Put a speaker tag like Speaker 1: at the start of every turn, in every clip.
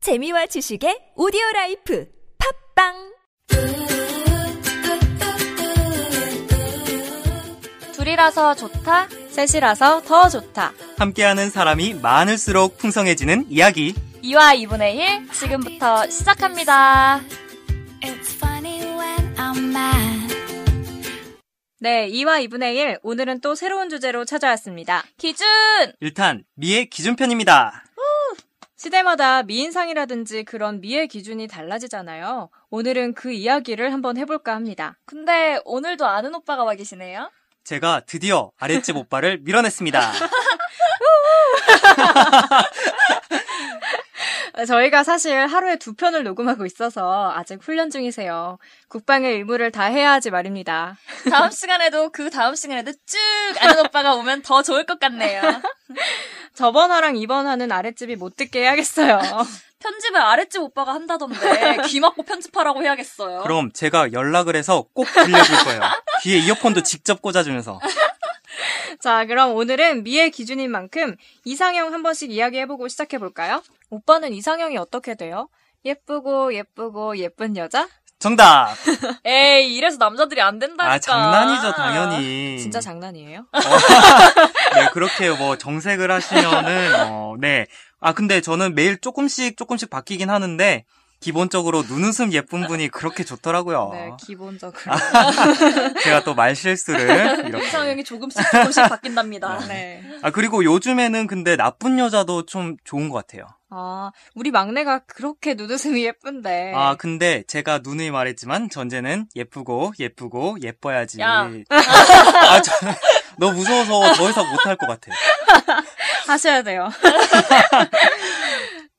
Speaker 1: 재미와 지식의 오디오 라이프 팝빵
Speaker 2: 둘이라서 좋다, 셋이라서 더 좋다.
Speaker 3: 함께하는 사람이 많을수록 풍성해지는 이야기.
Speaker 2: 2와 2분의 1 지금부터 시작합니다.
Speaker 4: It's funny when I'm mad.
Speaker 2: 네, 2와 2분의 1 오늘은 또 새로운 주제로 찾아왔습니다. 기준!
Speaker 3: 일단 미의 기준편입니다.
Speaker 2: 시대마다 미인상이라든지 그런 미의 기준이 달라지잖아요. 오늘은 그 이야기를 한번 해볼까 합니다. 근데 오늘도 아는 오빠가 와 계시네요.
Speaker 3: 제가 드디어 아랫집 오빠를 밀어냈습니다.
Speaker 2: 저희가 사실 하루에 두 편을 녹음하고 있어서 아직 훈련 중이세요. 국방의 의무를 다 해야 하지 말입니다.
Speaker 5: 다음 시간에도 그 다음 시간에도 쭉 아는 오빠가 오면 더 좋을 것 같네요.
Speaker 2: 저번화랑 이번화는 아랫집이 못 듣게 해야겠어요.
Speaker 5: 편집을 아랫집 오빠가 한다던데 귀 막고 편집하라고 해야겠어요.
Speaker 3: 그럼 제가 연락을 해서 꼭 들려줄 거예요. 귀에 이어폰도 직접 꽂아주면서.
Speaker 2: 자, 그럼 오늘은 미의 기준인 만큼 이상형 한 번씩 이야기해보고 시작해볼까요? 오빠는 이상형이 어떻게 돼요? 예쁘고 예쁘고 예쁜 여자?
Speaker 3: 정답!
Speaker 5: 에이 이래서 남자들이 안 된다니까.
Speaker 3: 아, 장난이죠, 당연히.
Speaker 2: 진짜 장난이에요?
Speaker 3: 네, 그렇게 뭐 정색을 하시면은, 어, 네. 아, 근데 저는 매일 조금씩 조금씩 바뀌긴 하는데, 기본적으로 눈웃음 예쁜 분이 그렇게 좋더라고요.
Speaker 2: 네, 기본적으로.
Speaker 3: 제가 또 말실수를 이렇게.
Speaker 5: 이상형이 조금씩 조금씩 바뀐답니다.
Speaker 2: 네.
Speaker 3: 아, 그리고 요즘에는 근데 나쁜 여자도 좀 좋은 것 같아요.
Speaker 2: 아, 우리 막내가 그렇게 눈웃음이 예쁜데.
Speaker 3: 아, 근데 제가 누누이 말했지만 전제는 예쁘고 예쁘고 예뻐야지.
Speaker 5: 야.
Speaker 3: 아, 저, 너 무서워서 더 이상 못할 것 같아.
Speaker 2: 하셔야 돼요.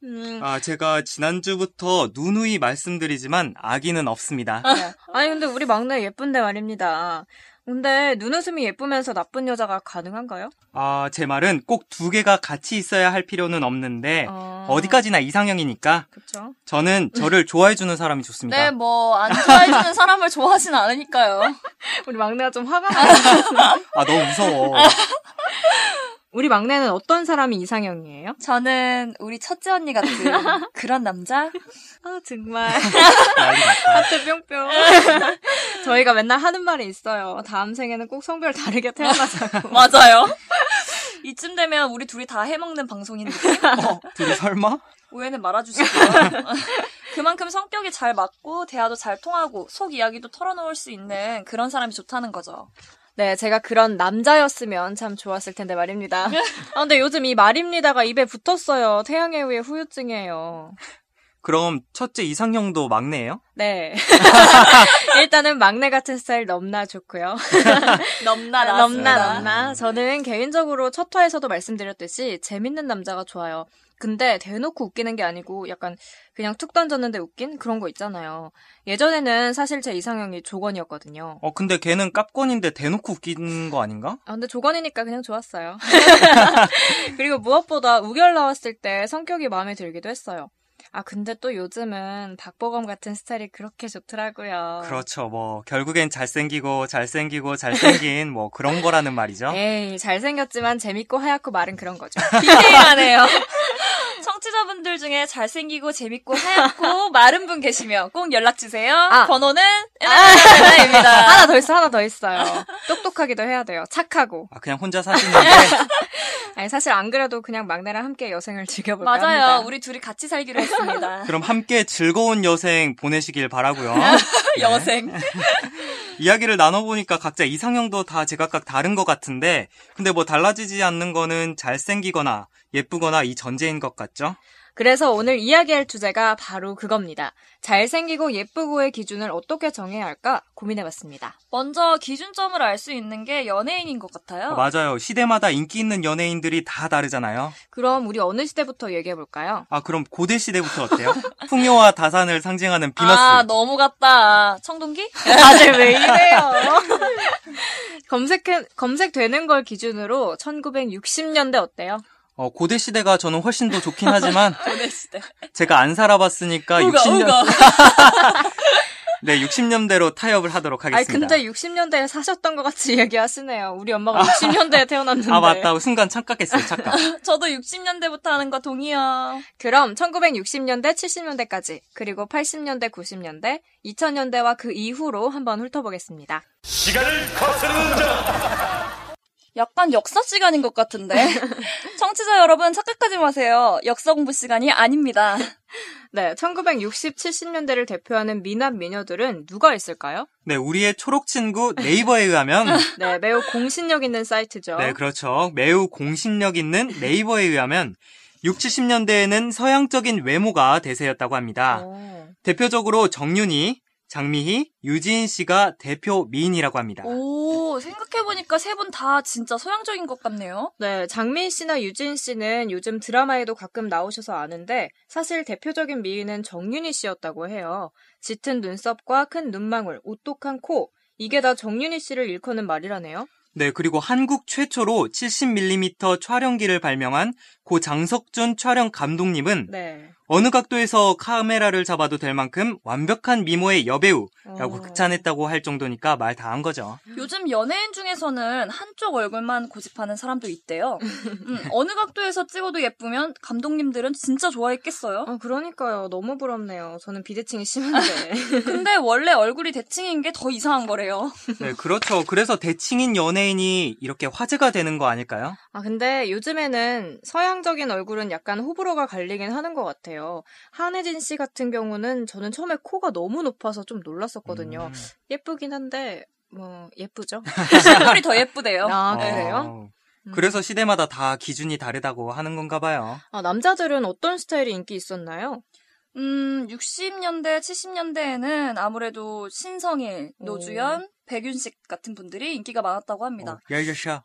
Speaker 2: 음,
Speaker 3: 아, 제가 지난주부터 누누이 말씀드리지만 아기는 없습니다.
Speaker 2: 네. 아니, 근데 우리 막내 예쁜데 말입니다. 근데 눈웃음이 예쁘면서 나쁜 여자가 가능한가요?
Speaker 3: 아, 제 말은 꼭 두 개가 같이 있어야 할 필요는 없는데
Speaker 2: 어.
Speaker 3: 어디까지나 이상형이니까
Speaker 2: 그쵸.
Speaker 3: 저는 저를 좋아해 주는 사람이 좋습니다.
Speaker 5: 네, 뭐 안 좋아해주는 사람을 좋아하진 않으니까요.
Speaker 2: 우리 막내가 좀 화가 나.
Speaker 3: 아, 너무 무서워.
Speaker 2: 우리 막내는 어떤 사람이 이상형이에요?
Speaker 5: 저는 우리 첫째 언니 같은 그런 남자.
Speaker 2: 아, 정말.
Speaker 3: 난리 났다.
Speaker 2: 하트 뿅뿅. 저희가 맨날 하는 말이 있어요. 다음 생에는 꼭 성별 다르게 태어나자고.
Speaker 5: 맞아요. 이쯤 되면 우리 둘이 다 해먹는 방송인 느낌.
Speaker 3: 어, 둘이 설마?
Speaker 5: 오해는 말아주시고요. 그만큼 성격이 잘 맞고 대화도 잘 통하고 속 이야기도 털어놓을 수 있는 그런 사람이 좋다는 거죠.
Speaker 2: 네, 제가 그런 남자였으면 참 좋았을 텐데 말입니다. 아, 근데 요즘 이 말입니다가 입에 붙었어요. 태양의 후의 후유증이에요.
Speaker 3: 그럼 첫째 이상형도 막내예요?
Speaker 2: 네. 일단은 막내 같은 스타일 넘나 좋고요.
Speaker 5: 넘나
Speaker 2: 넘나 넘나. 저는 개인적으로 첫 화에서도 말씀드렸듯이 재밌는 남자가 좋아요. 근데 대놓고 웃기는 게 아니고 약간 그냥 툭 던졌는데 웃긴 그런 거 있잖아요. 예전에는 사실 제 이상형이 조건이었거든요.
Speaker 3: 어, 근데 걔는 깝권인데 대놓고 웃긴 거 아닌가?
Speaker 2: 아, 근데 조건이니까 그냥 좋았어요. 그리고 무엇보다 우결 나왔을 때 성격이 마음에 들기도 했어요. 아, 근데 또 요즘은 박보검 같은 스타일이 그렇게 좋더라고요.
Speaker 3: 그렇죠. 뭐 결국엔 잘생기고 잘생기고 잘생긴 뭐 그런 거라는 말이죠.
Speaker 2: 에이, 잘생겼지만 재밌고 하얗고 말은 그런 거죠.
Speaker 5: 디테일하네요. 청취자분들 중에 잘생기고 재밌고 하얗고 마른 분 계시면 꼭 연락 주세요.
Speaker 2: 아.
Speaker 5: 번호는 에나입니다.
Speaker 2: 하나 더 있어, 하나 더 있어요. 똑똑하기도 해야 돼요. 착하고.
Speaker 3: 아 그냥 혼자 사시는데
Speaker 2: 아니, 사실 안 그래도 그냥 막내랑 함께 여생을 즐겨볼까 합니다.
Speaker 5: 맞아요. 우리 둘이 같이 살기로 했습니다.
Speaker 3: 그럼 함께 즐거운 여생 보내시길 바라고요.
Speaker 2: 네.
Speaker 5: 여생.
Speaker 3: 이야기를 나눠보니까 각자 이상형도 다 제각각 다른 것 같은데 근데 뭐 달라지지 않는 거는 잘생기거나 예쁘거나 이 전제인 것 같죠?
Speaker 2: 그래서 오늘 이야기할 주제가 바로 그겁니다. 잘생기고 예쁘고의 기준을 어떻게 정해야 할까 고민해봤습니다.
Speaker 5: 먼저 기준점을 알 수 있는 게 연예인인 것 같아요.
Speaker 3: 맞아요. 시대마다 인기 있는 연예인들이 다 다르잖아요. 그럼
Speaker 2: 우리
Speaker 3: 어느
Speaker 2: 시대부터 얘기해볼까요?
Speaker 3: 아 그럼 고대 시대부터 어때요? 풍요와 다산을 상징하는 비너스.
Speaker 5: 아, 너무 같다. 청동기?
Speaker 2: 다들 왜 이래요? 검색, 검색되는 걸 기준으로 1960년대 어때요?
Speaker 3: 어, 고대 시대가 저는 훨씬 더 좋긴 하지만
Speaker 2: 네,
Speaker 5: 보냈을 때.
Speaker 3: 제가 안 살아봤으니까
Speaker 5: 우가
Speaker 3: 60년
Speaker 5: 우가.
Speaker 3: 네, 60년대로 타협을 하도록
Speaker 2: 아니
Speaker 3: 하겠습니다.
Speaker 2: 근데 60년대에 사셨던 것 같이 이야기하시네요. 우리 엄마가 60년대에 태어났는데.
Speaker 3: 아 맞다. 순간 착각했어요. 착각.
Speaker 5: 저도 60년대부터 하는 거 동의요.
Speaker 2: 그럼 1960년대, 70년대까지 그리고 80년대, 90년대, 2000년대와 그 이후로 한번 훑어보겠습니다.
Speaker 6: 시간을 거스르는 자
Speaker 5: 약간 역사 시간인 것 같은데. 청취자 여러분 착각하지 마세요. 역사 공부 시간이 아닙니다.
Speaker 2: 네, 1960, 70년대를 대표하는 미남 미녀들은 누가 있을까요?
Speaker 3: 네, 우리의 초록 친구 네이버에 의하면
Speaker 2: 네, 매우 공신력 있는 사이트죠.
Speaker 3: 네, 그렇죠. 매우 공신력 있는 네이버에 의하면 60, 70년대에는 서양적인 외모가 대세였다고 합니다.
Speaker 2: 오.
Speaker 3: 대표적으로 정윤이, 장미희, 유지인 씨가 대표 미인이라고 합니다.
Speaker 5: 오, 생각해보니까 세 분 다 진짜 서양적인 것 같네요.
Speaker 2: 네, 장민 씨나 유진 씨는 요즘 드라마에도 가끔 나오셔서 아는데 사실 대표적인 미인은 정윤희 씨였다고 해요. 짙은 눈썹과 큰 눈망울, 오똑한 코 이게 다 정윤희 씨를 일컫는 말이라네요.
Speaker 3: 네, 그리고 한국 최초로 70mm 촬영기를 발명한 고 장석준 촬영 감독님은
Speaker 2: 네.
Speaker 3: 어느 각도에서 카메라를 잡아도 될 만큼 완벽한 미모의 여배우라고
Speaker 2: 어.
Speaker 3: 극찬했다고 할 정도니까 말 다 한 거죠.
Speaker 5: 요즘 연예인 중에서는 한쪽 얼굴만 고집하는 사람도 있대요. 음, 어느 각도에서 찍어도 예쁘면 감독님들은 진짜 좋아했겠어요.
Speaker 2: 아, 그러니까요. 너무 부럽네요. 저는 비대칭이 심한데.
Speaker 5: 근데 원래 얼굴이 대칭인 게 더 이상한 거래요.
Speaker 3: 네, 그렇죠. 그래서 대칭인 연예인이 이렇게 화제가 되는 거 아닐까요?
Speaker 2: 아, 근데 요즘에는 서양적인 얼굴은 약간 호불호가 갈리긴 하는 것 같아요. 한혜진 씨 같은 경우는 저는 처음에 코가 너무 높아서 좀
Speaker 3: 음.
Speaker 2: 놀랐었거든요. 예쁘긴 한데, 뭐, 예쁘죠?
Speaker 5: 실물이 더 예쁘대요.
Speaker 2: 아,
Speaker 3: 어,
Speaker 2: 그래요? 음.
Speaker 3: 그래서 시대마다 다 기준이 다르다고 하는 건가 봐요.
Speaker 2: 아, 남자들은 어떤 스타일이 인기 있었나요?
Speaker 5: 음, 60년대, 70년대에는 아무래도 신성일,
Speaker 2: 오.
Speaker 5: 노주현, 백윤식 같은 분들이 인기가 많았다고 합니다.
Speaker 3: 어, 열려샤.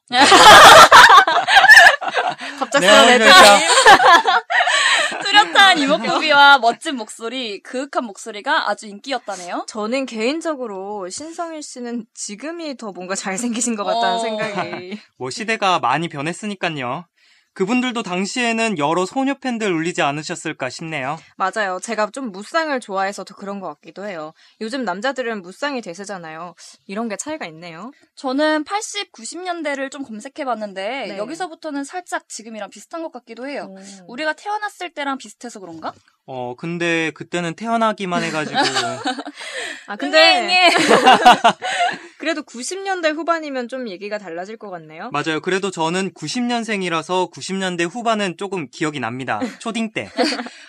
Speaker 2: 갑작스러운
Speaker 3: 네,
Speaker 2: 애들.
Speaker 3: 열려샤.
Speaker 5: 뚜렷한 이목구비와 멋진 목소리, 그윽한 목소리가 아주 인기였다네요.
Speaker 2: 저는 개인적으로 신성일 씨는 지금이 더 뭔가 잘생기신 것 같다는
Speaker 5: 어.
Speaker 2: 생각이.
Speaker 3: 뭐 시대가 많이 변했으니까요. 그분들도 당시에는 여러 소녀 팬들 울리지 않으셨을까 싶네요.
Speaker 2: 맞아요. 제가 좀 무쌍을 좋아해서 더 그런 것 같기도 해요. 요즘 남자들은 무쌍이 대세잖아요. 이런 게 차이가 있네요.
Speaker 5: 저는 80, 90년대를 좀 검색해봤는데
Speaker 2: 네. 음.
Speaker 5: 여기서부터는 살짝 지금이랑 비슷한 것 같기도 해요. 어. 우리가 태어났을 때랑 비슷해서 그런가?
Speaker 3: 어, 근데 그때는 태어나기만 해가지고.
Speaker 2: 아 근데
Speaker 5: 근데
Speaker 2: 그래도 90년대 후반이면 좀 얘기가 달라질 것 같네요.
Speaker 3: 맞아요. 그래도 저는 90년생이라서 90년대 후반은 조금 기억이 납니다. 초딩 때.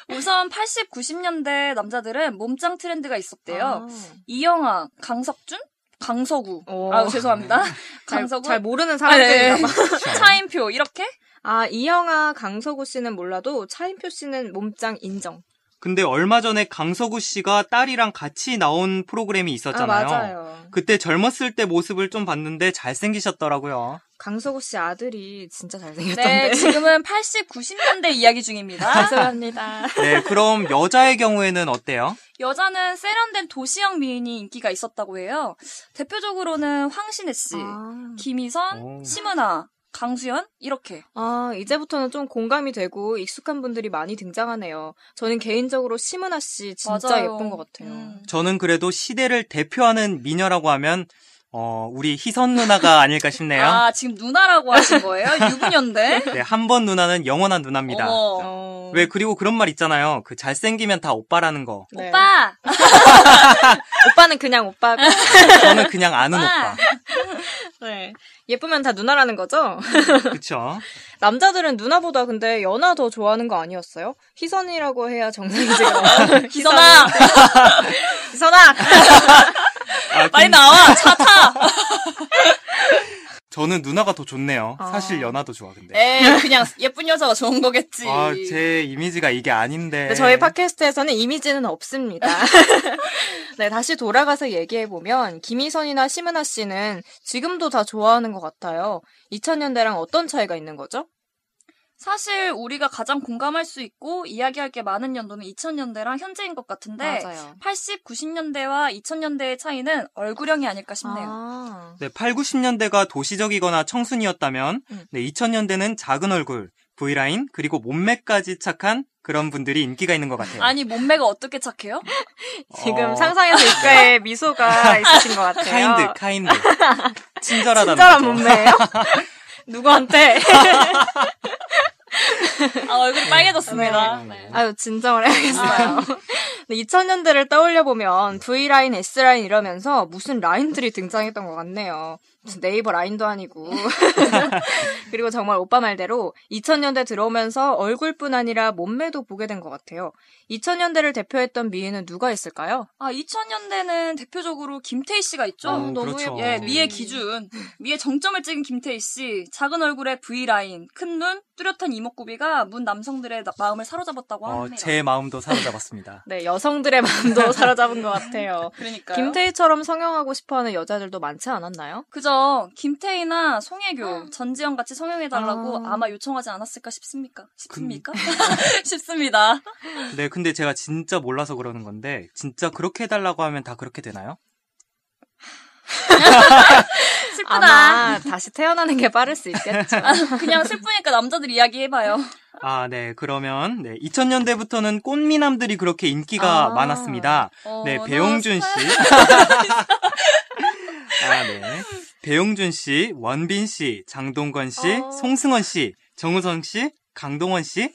Speaker 5: 우선 80, 90년대 남자들은 몸짱 트렌드가 있었대요.
Speaker 2: 아.
Speaker 5: 이영아, 강석준, 강서구.
Speaker 2: 오. 네.
Speaker 5: 아 죄송합니다.
Speaker 2: 어. 잘,
Speaker 5: 강서구.
Speaker 2: 잘 모르는
Speaker 5: 아,
Speaker 2: 사람들이나
Speaker 5: 네.
Speaker 2: 봐.
Speaker 3: 그렇죠.
Speaker 5: 차인표 이렇게?
Speaker 2: 아 이영아, 강서구 씨는 몰라도 차인표 씨는 몸짱 인정.
Speaker 3: 근데 얼마 전에 강서구 씨가 딸이랑 같이 나온 프로그램이 있었잖아요.
Speaker 2: 아 맞아요.
Speaker 3: 그때 젊었을 때 모습을 좀 봤는데 잘생기셨더라고요.
Speaker 2: 강서구 씨 아들이 진짜 잘생겼던데.
Speaker 5: 네, 지금은 80, 90년대 이야기 중입니다.
Speaker 2: 죄송합니다.
Speaker 3: 네, 그럼 여자의 경우에는 어때요?
Speaker 5: 여자는 세련된 도시형 미인이 인기가 있었다고 해요. 대표적으로는 황신혜 씨,
Speaker 2: 아.
Speaker 3: 오.
Speaker 5: 음. 김희선, 심은아, 강수연 이렇게.
Speaker 2: 아, 이제부터는 좀 공감이 되고 익숙한 분들이 많이 등장하네요. 저는 개인적으로 심은아 씨 진짜
Speaker 5: 맞아요.
Speaker 2: 예쁜 것 같아요.
Speaker 5: 음.
Speaker 3: 저는 그래도 시대를 대표하는 미녀라고 하면 어, 우리 희선 누나가 아닐까 싶네요.
Speaker 5: 아, 지금 누나라고 하신 거예요? 유부녀인데?
Speaker 3: 네, 한 번 누나는 영원한 누나입니다.
Speaker 5: 어머.
Speaker 2: 어.
Speaker 3: 왜 그리고 그런 말 있잖아요. 그 잘생기면 다 오빠라는 거.
Speaker 2: 네.
Speaker 5: 오빠!
Speaker 2: 오빠는 그냥 오빠고.
Speaker 3: 저는 그냥 아는
Speaker 5: 아.
Speaker 3: 오빠.
Speaker 2: 네. 예쁘면 다 누나라는 거죠?
Speaker 3: 그쵸?
Speaker 2: 남자들은 누나보다 근데 연하 더 좋아하는 거 아니었어요? 희선이라고 해야 정상이지. 그럼.
Speaker 5: 기선아!
Speaker 2: 희선아!
Speaker 3: 아,
Speaker 5: 빨리
Speaker 3: 근데
Speaker 5: 나와! 차 타!
Speaker 3: 저는 누나가 더 좋네요.
Speaker 2: 아.
Speaker 3: 사실 연하도 좋아, 근데.
Speaker 5: 에이, 그냥 예쁜 여자가 좋은 거겠지.
Speaker 3: 아, 제 이미지가 이게 아닌데.
Speaker 2: 네, 저희 팟캐스트에서는 이미지는 없습니다. 네, 다시 돌아가서 얘기해보면, 김희선이나 심은하 씨는 지금도 다 좋아하는 것 같아요. 2000년대랑 어떤 차이가 있는 거죠?
Speaker 5: 사실 우리가 가장 공감할 수 있고 이야기할 게 많은 연도는 2000년대랑 현재인 것 같은데
Speaker 2: 맞아요.
Speaker 5: 80, 90년대와 2000년대의 차이는 얼굴형이 아닐까 싶네요.
Speaker 2: 아,
Speaker 3: 네, 8, 90년대가 도시적이거나 청순이었다면,
Speaker 2: 음.
Speaker 3: 네, 2000년대는 작은 얼굴, V라인, 그리고 몸매까지 착한 그런 분들이 인기가 있는 것 같아요.
Speaker 5: 아니 몸매가 어떻게 착해요?
Speaker 2: 지금
Speaker 3: 어,
Speaker 2: 상상해서 입가에 미소가 있으신 것 같아요.
Speaker 3: 카인드, 카인드. 친절하다는
Speaker 2: 친절한
Speaker 3: 거죠.
Speaker 2: 몸매예요. 누구한테?
Speaker 5: 아 얼굴이 빨개졌습니다.
Speaker 3: 네.
Speaker 2: 아유 진정을 해야겠어요.
Speaker 5: 아.
Speaker 2: 2000년대를 떠올려 보면 V 라인, S 라인 이러면서 무슨 라인들이 등장했던 것 같네요. 무슨 네이버 라인도 아니고. 그리고 정말 오빠 말대로 2000년대 들어오면서 얼굴뿐 아니라 몸매도 보게 된 것 같아요. 2000년대를 대표했던 미인은 누가 있을까요?
Speaker 5: 아 2000년대는 대표적으로 김태희 씨가 있죠.
Speaker 3: 어,
Speaker 5: 너무
Speaker 3: 그렇죠.
Speaker 5: 예, 미의 기준, 미의 정점을 찍은 김태희 씨, 작은 얼굴에 V 라인, 큰 눈, 뚜렷한 이목구비가 문 남성들의 나- 마음을 사로잡았다고
Speaker 3: 어,
Speaker 5: 합니다.
Speaker 3: 제 마음도 사로잡았습니다.
Speaker 2: 네, 여성들의 마음도 사로잡은 것 같아요.
Speaker 5: 그러니까요.
Speaker 2: 김태희처럼 성형하고 싶어하는 여자들도 많지 않았나요?
Speaker 5: 그죠. 김태희나 송혜교, 전지현 같이 성형해달라고
Speaker 2: 음. 아.
Speaker 5: 아. 마 요청하지 않았을까 싶습니까? 싶습니까? 싶습니다.
Speaker 3: 네, 근데 제가 진짜 몰라서 그러는 건데, 진짜 그렇게 해달라고 하면 다 그렇게 되나요?
Speaker 5: 슬프다.
Speaker 2: 아마 다시 태어나는 게 빠를 수 있겠죠.
Speaker 5: 그냥 슬프니까 남자들 이야기 해봐요.
Speaker 3: 아, 네, 그러면, 네, 2000년대부터는 꽃미남들이 그렇게 인기가
Speaker 2: 아.
Speaker 3: 많았습니다. 네,
Speaker 5: 어,
Speaker 3: 배용준
Speaker 5: 나
Speaker 3: 씨. 아, 네. 배용준 씨, 원빈 씨, 장동건 씨,
Speaker 2: 어.
Speaker 3: 송승헌 씨, 정우성 씨, 강동원 씨.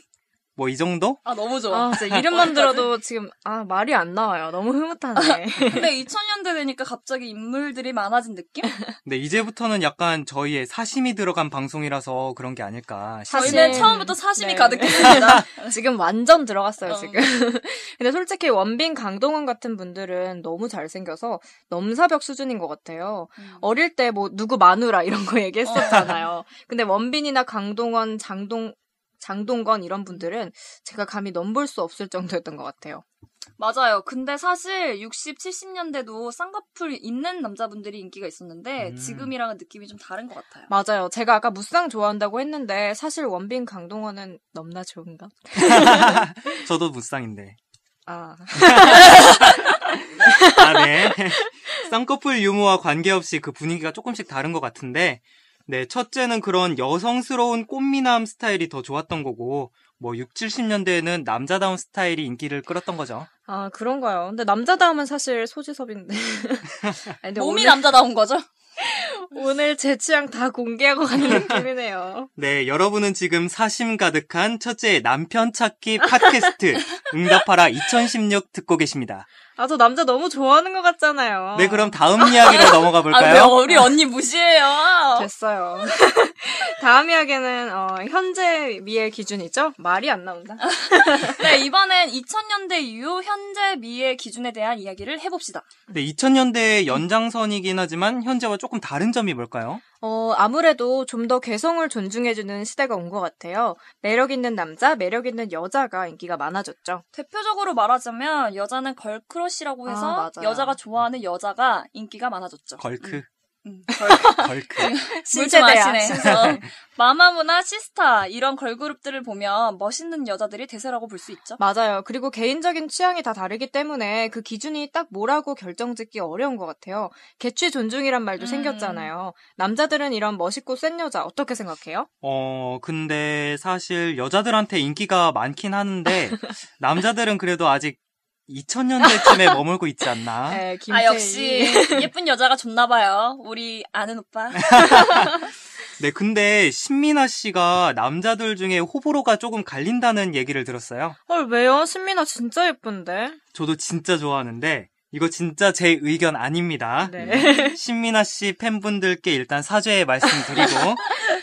Speaker 3: 뭐 이 정도?
Speaker 5: 아 너무 좋아.
Speaker 2: 아, 진짜 이름만 들어도 지금 아 말이 안 나와요. 너무 흐뭇하네.
Speaker 5: 근데 2000년대 되니까 갑자기 인물들이 많아진 느낌?
Speaker 3: 네, 이제부터는 약간 저희의 사심이 들어간 방송이라서 그런 게 아닐까. 싶-
Speaker 2: 사실-
Speaker 5: 저희는 처음부터
Speaker 2: 네.
Speaker 5: 사심이 가득했습니다.
Speaker 2: 지금 완전 들어갔어요,
Speaker 5: 어.
Speaker 2: 지금. 근데 솔직히 원빈, 강동원 같은 분들은 너무 잘생겨서 넘사벽 수준인 것 같아요.
Speaker 5: 음.
Speaker 2: 어릴 때 뭐 누구 마누라 이런 거 얘기했었잖아요. 근데 원빈이나 강동원, 장동 장동건 이런 분들은 제가 감히 넘볼 수 없을 정도였던 것 같아요.
Speaker 5: 맞아요. 근데 사실 60, 70년대도 쌍꺼풀 있는 남자분들이 인기가 있었는데
Speaker 3: 음.
Speaker 5: 지금이랑은 느낌이 좀 다른 것 같아요.
Speaker 2: 맞아요. 제가 아까 무쌍 좋아한다고 했는데 사실 원빈, 강동원은 넘나 좋은가? 네.
Speaker 3: 저도 무쌍인데.
Speaker 2: 아,
Speaker 3: 아, 네. 쌍꺼풀 유무와 관계없이 그 분위기가 조금씩 다른 것 같은데, 네, 첫째는 그런 여성스러운 꽃미남 스타일이 더 좋았던 거고, 뭐 6, 70년대에는 남자다운 스타일이 인기를 끌었던 거죠.
Speaker 2: 아 그런가요? 근데 남자다움은 사실 소지섭인데. 아니, 근데
Speaker 5: 몸이
Speaker 2: 오늘-
Speaker 5: 남자다운 거죠? 아,
Speaker 2: 오늘 제 취향 다 공개하고 가는 느낌이네요.
Speaker 3: 네, 여러분은 지금 사심 가득한 첫째 남편 찾기 팟캐스트 응답하라 2016 듣고 계십니다.
Speaker 2: 아, 저 남자 너무 좋아하는 것 같잖아요.
Speaker 3: 네, 그럼 다음 이야기로 넘어가
Speaker 5: 아, 왜
Speaker 3: 볼까요?
Speaker 5: 우리 언니
Speaker 2: 네.
Speaker 5: 무시해요?
Speaker 2: 됐어요. 다음 이야기는, 어, 현재 미의 기준이죠? 말이 안 나온다.
Speaker 5: 네, 이번엔 2000년대 이후 현재 미의 기준에 대한 이야기를 해봅시다.
Speaker 3: 네, 2000년대의 연장선이긴 하지만 현재와 조금 다른 점이 뭘까요?
Speaker 2: 어, 아무래도 좀 더 개성을 존중해주는 시대가 온 것 같아요. 매력 있는 남자, 매력 있는 여자가 인기가 많아졌죠.
Speaker 5: 대표적으로 말하자면 여자는 걸크러쉬라고 해서
Speaker 2: 아, 맞아요.
Speaker 5: 여자가 좋아하는 여자가 인기가 많아졌죠.
Speaker 3: 걸크,
Speaker 5: 음, 걸-
Speaker 3: 걸크.
Speaker 5: 물좀
Speaker 2: 신세대야,
Speaker 5: 아시네. 어. 마마무나 시스타 이런 걸그룹들을 보면 멋있는 여자들이 대세라고 볼 수 있죠.
Speaker 2: 맞아요. 그리고 개인적인 취향이 다 다르기 때문에 그 기준이 딱 뭐라고 결정짓기 어려운 것 같아요. 개취 존중이란 말도
Speaker 5: 음.
Speaker 2: 생겼잖아요. 남자들은 이런 멋있고 센 여자 어떻게 생각해요?
Speaker 3: 어, 근데 사실 여자들한테 인기가 많긴 하는데 남자들은 그래도 아직 2000년대쯤에 머물고 있지 않나?
Speaker 2: 에, 김태희.
Speaker 5: 아 역시 예쁜 여자가 좋나 봐요. 우리 아는 오빠.
Speaker 3: 네, 근데 신민아 씨가 남자들 중에 호불호가 조금 갈린다는 얘기를 들었어요.
Speaker 2: 헐 왜요? 신민아 진짜 예쁜데.
Speaker 3: 저도 진짜 좋아하는데 이거 진짜 제 의견 아닙니다.
Speaker 2: 네.
Speaker 3: 신민아 씨 팬분들께 일단 사죄의 말씀드리고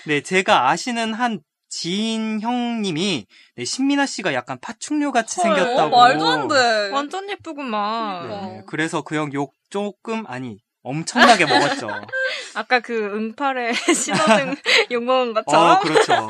Speaker 3: 네 제가 아시는 한 지인 형님이 네, 신민아 씨가 약간 파충류 같이 생겼다고
Speaker 5: 어, 말도 안 돼.
Speaker 2: 완전 예쁘구만.
Speaker 3: 네, 그래서 그 형 욕 조금 아니 엄청나게 먹었죠.
Speaker 2: 아까 그 응팔에 신호등 욕먹은 것처럼.
Speaker 3: 어 그렇죠.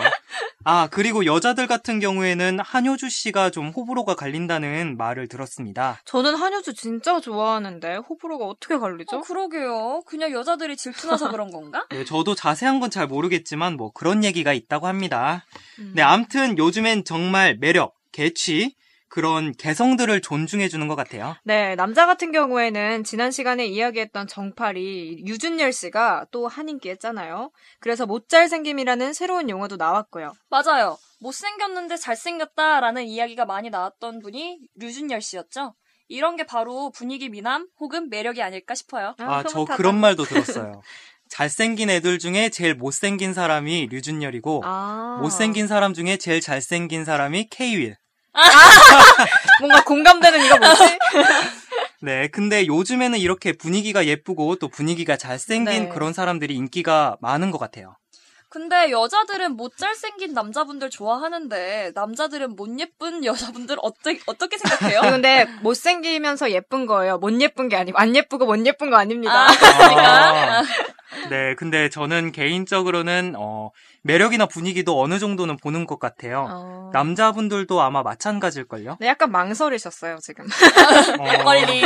Speaker 3: 아 그리고 여자들 같은 경우에는 한효주 씨가 좀 호불호가 갈린다는 말을 들었습니다.
Speaker 2: 저는 한효주 진짜 좋아하는데 호불호가 어떻게
Speaker 5: 어,
Speaker 2: 갈리죠?
Speaker 5: 그러게요. 그냥 여자들이 질투나서 그런 건가?
Speaker 3: 네, 저도 자세한 건 잘 모르겠지만 뭐 그런 얘기가 있다고 합니다.
Speaker 2: 음.
Speaker 3: 네, 암튼 요즘엔 정말 매력, 개취, 그런 개성들을 존중해주는 것 같아요.
Speaker 2: 네, 남자 같은 경우에는 지난 시간에 이야기했던 정팔이 유준열 씨가 또 한인기했잖아요. 그래서 못잘생김이라는 새로운 용어도 나왔고요.
Speaker 5: 맞아요. 못생겼는데 잘생겼다라는 이야기가 많이 나왔던 분이 류준열 씨였죠. 이런 게 바로 분위기 미남 혹은 매력이 아닐까 싶어요.
Speaker 3: 아, 저
Speaker 2: 흐뭇하다.
Speaker 3: 그런 말도 들었어요. 잘생긴 애들 중에 제일 못생긴 사람이 류준열이고,
Speaker 2: 아.
Speaker 3: 못생긴 사람 중에 제일 잘생긴 사람이 케이윌.
Speaker 2: 뭔가 공감되는 이거 뭐지?
Speaker 3: 네, 근데 요즘에는 이렇게 분위기가 예쁘고 또 분위기가 잘생긴
Speaker 2: 네.
Speaker 3: 그런 사람들이 인기가 많은 것 같아요.
Speaker 5: 근데 여자들은 못 잘생긴 남자분들 좋아하는데 남자들은 못 예쁜 여자분들 어째, 어떻게 생각해요?
Speaker 2: 근데 못생기면서 예쁜 거예요. 못 예쁜 게 아니고 안 예쁘고 못 예쁜 거 아닙니다.
Speaker 5: 아,
Speaker 2: 그러니까.
Speaker 3: 아, 네, 근데 저는 개인적으로는 어, 매력이나 분위기도 어느 정도는 보는 것 같아요.
Speaker 2: 어.
Speaker 3: 남자분들도 아마 마찬가지일걸요?
Speaker 2: 네, 약간 망설이셨어요, 지금.
Speaker 3: 어,
Speaker 5: 걸림.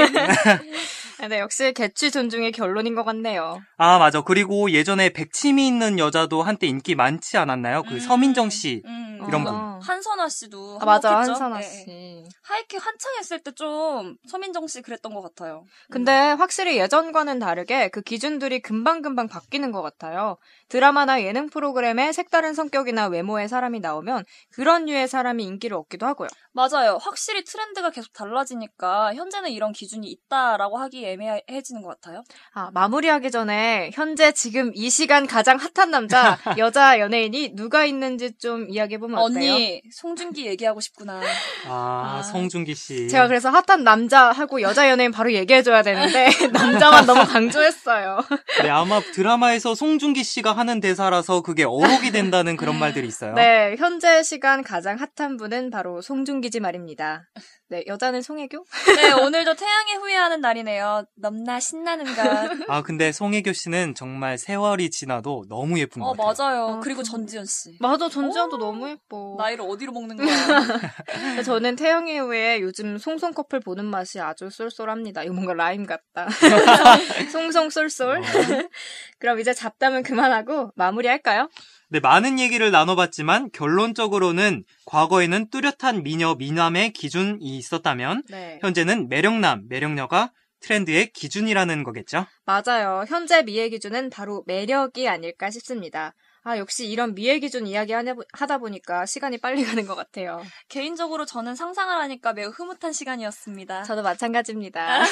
Speaker 2: 네, 역시 개취 존중의 결론인 것 같네요.
Speaker 3: 아, 맞아. 그리고 예전에 백치미 있는 여자도 한때 인기 많지 않았나요? 그
Speaker 5: 음.
Speaker 3: 서민정 씨.
Speaker 5: 음,
Speaker 3: 이런 분.
Speaker 2: 아.
Speaker 5: 한선아 씨도
Speaker 2: 아, 맞아,
Speaker 5: 한몫했죠?
Speaker 2: 한선아
Speaker 5: 예,
Speaker 2: 씨.
Speaker 5: 예. 하이킥 한창 했을 때 좀 서민정 씨 그랬던 것 같아요.
Speaker 2: 근데 확실히 예전과는 다르게 그 기준들이 금방금방 바뀌는 것 같아요. 드라마나 예능 프로그램에 색다른 성격이나 외모의 사람이 나오면 그런 류의 사람이 인기를 얻기도 하고요.
Speaker 5: 맞아요. 확실히 트렌드가 계속 달라지니까 현재는 이런 기준이 있다라고 하기 애매해지는 것 같아요.
Speaker 2: 아, 마무리하기 전에 현재 지금 이 시간 가장 핫한 남자, 여자 연예인이 누가 있는지 좀 이야기해보면 어때요?
Speaker 5: 언니 송중기 얘기하고 싶구나.
Speaker 3: 아,
Speaker 5: 아.
Speaker 3: 성준기 씨.
Speaker 2: 제가 그래서 핫한 남자하고 여자 연예인 바로 얘기해줘야 되는데 남자만 너무 강조했어요.
Speaker 3: 네, 아마 드라마에서 송중기 씨가 하는 대사라서 그게 어록이 된다는 그런 말들이 있어요.
Speaker 2: 네, 현재 시간 가장 핫한 분은 바로 송중기지 말입니다. 네, 여자는 송혜교?
Speaker 5: 네 오늘도 태양의 후예하는 날이네요. 넘나 신나는가.
Speaker 3: 아, 근데 송혜교 씨는 정말 세월이 지나도 너무 예쁜 것
Speaker 5: 어
Speaker 3: 같아요.
Speaker 5: 맞아요.
Speaker 2: 아,
Speaker 5: 그리고
Speaker 2: 그럼.
Speaker 5: 전지현 씨.
Speaker 2: 맞아, 전지현도 너무 예뻐.
Speaker 5: 나이를 어디로 먹는 거야?
Speaker 2: 근데 저는 태영이 후에 요즘 송송 커플 보는 맛이 아주 쏠쏠합니다. 이거 뭔가 라임 같다. 송송 쏠쏠.
Speaker 3: 어.
Speaker 2: 그럼 이제 잡담은 그만하고 마무리할까요?
Speaker 3: 네, 많은 얘기를 나눠봤지만 결론적으로는 과거에는 뚜렷한 미녀, 미남의 기준이 있었다면
Speaker 2: 네.
Speaker 3: 현재는 매력남, 매력녀가 트렌드의 기준이라는 거겠죠?
Speaker 2: 맞아요. 현재 미의 기준은 바로 매력이 아닐까 싶습니다. 아, 역시 이런 미의 기준 이야기 하냐- 하다 보니까 시간이 빨리 가는 것 같아요.
Speaker 5: 개인적으로 저는 상상을 하니까 매우 흐뭇한 시간이었습니다.
Speaker 2: 저도 마찬가지입니다.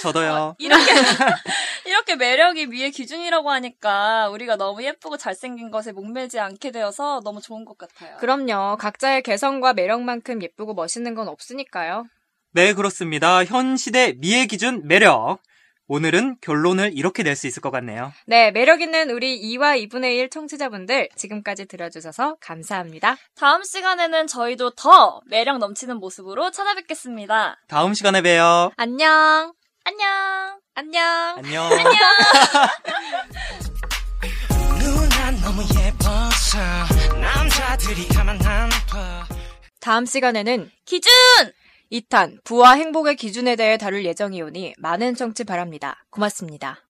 Speaker 3: 저도요.
Speaker 5: 이렇게 이렇게 매력이 미의 기준이라고 하니까 우리가 너무 예쁘고 잘생긴 것에 목매지 않게 되어서 너무 좋은 것 같아요.
Speaker 2: 그럼요. 각자의 개성과 매력만큼 예쁘고 멋있는 건 없으니까요.
Speaker 3: 네, 그렇습니다. 현 시대 미의 기준 매력. 오늘은 결론을 이렇게 낼 수 있을 것 같네요.
Speaker 2: 네, 매력 있는 우리 2와 2분의 1 청취자분들 지금까지 들어주셔서 감사합니다.
Speaker 5: 다음 시간에는 저희도 더 매력 넘치는 모습으로 찾아뵙겠습니다.
Speaker 3: 다음 시간에 봬요.
Speaker 2: 안녕.
Speaker 5: 안녕.
Speaker 2: 안녕.
Speaker 3: 안녕.
Speaker 7: 누난 너무 예뻐서 남자들이 가만 안 둬.
Speaker 2: 다음 시간에는
Speaker 5: 기준!
Speaker 2: 2탄 부와 행복의 기준에 대해 다룰 예정이오니 많은 청취 바랍니다. 고맙습니다.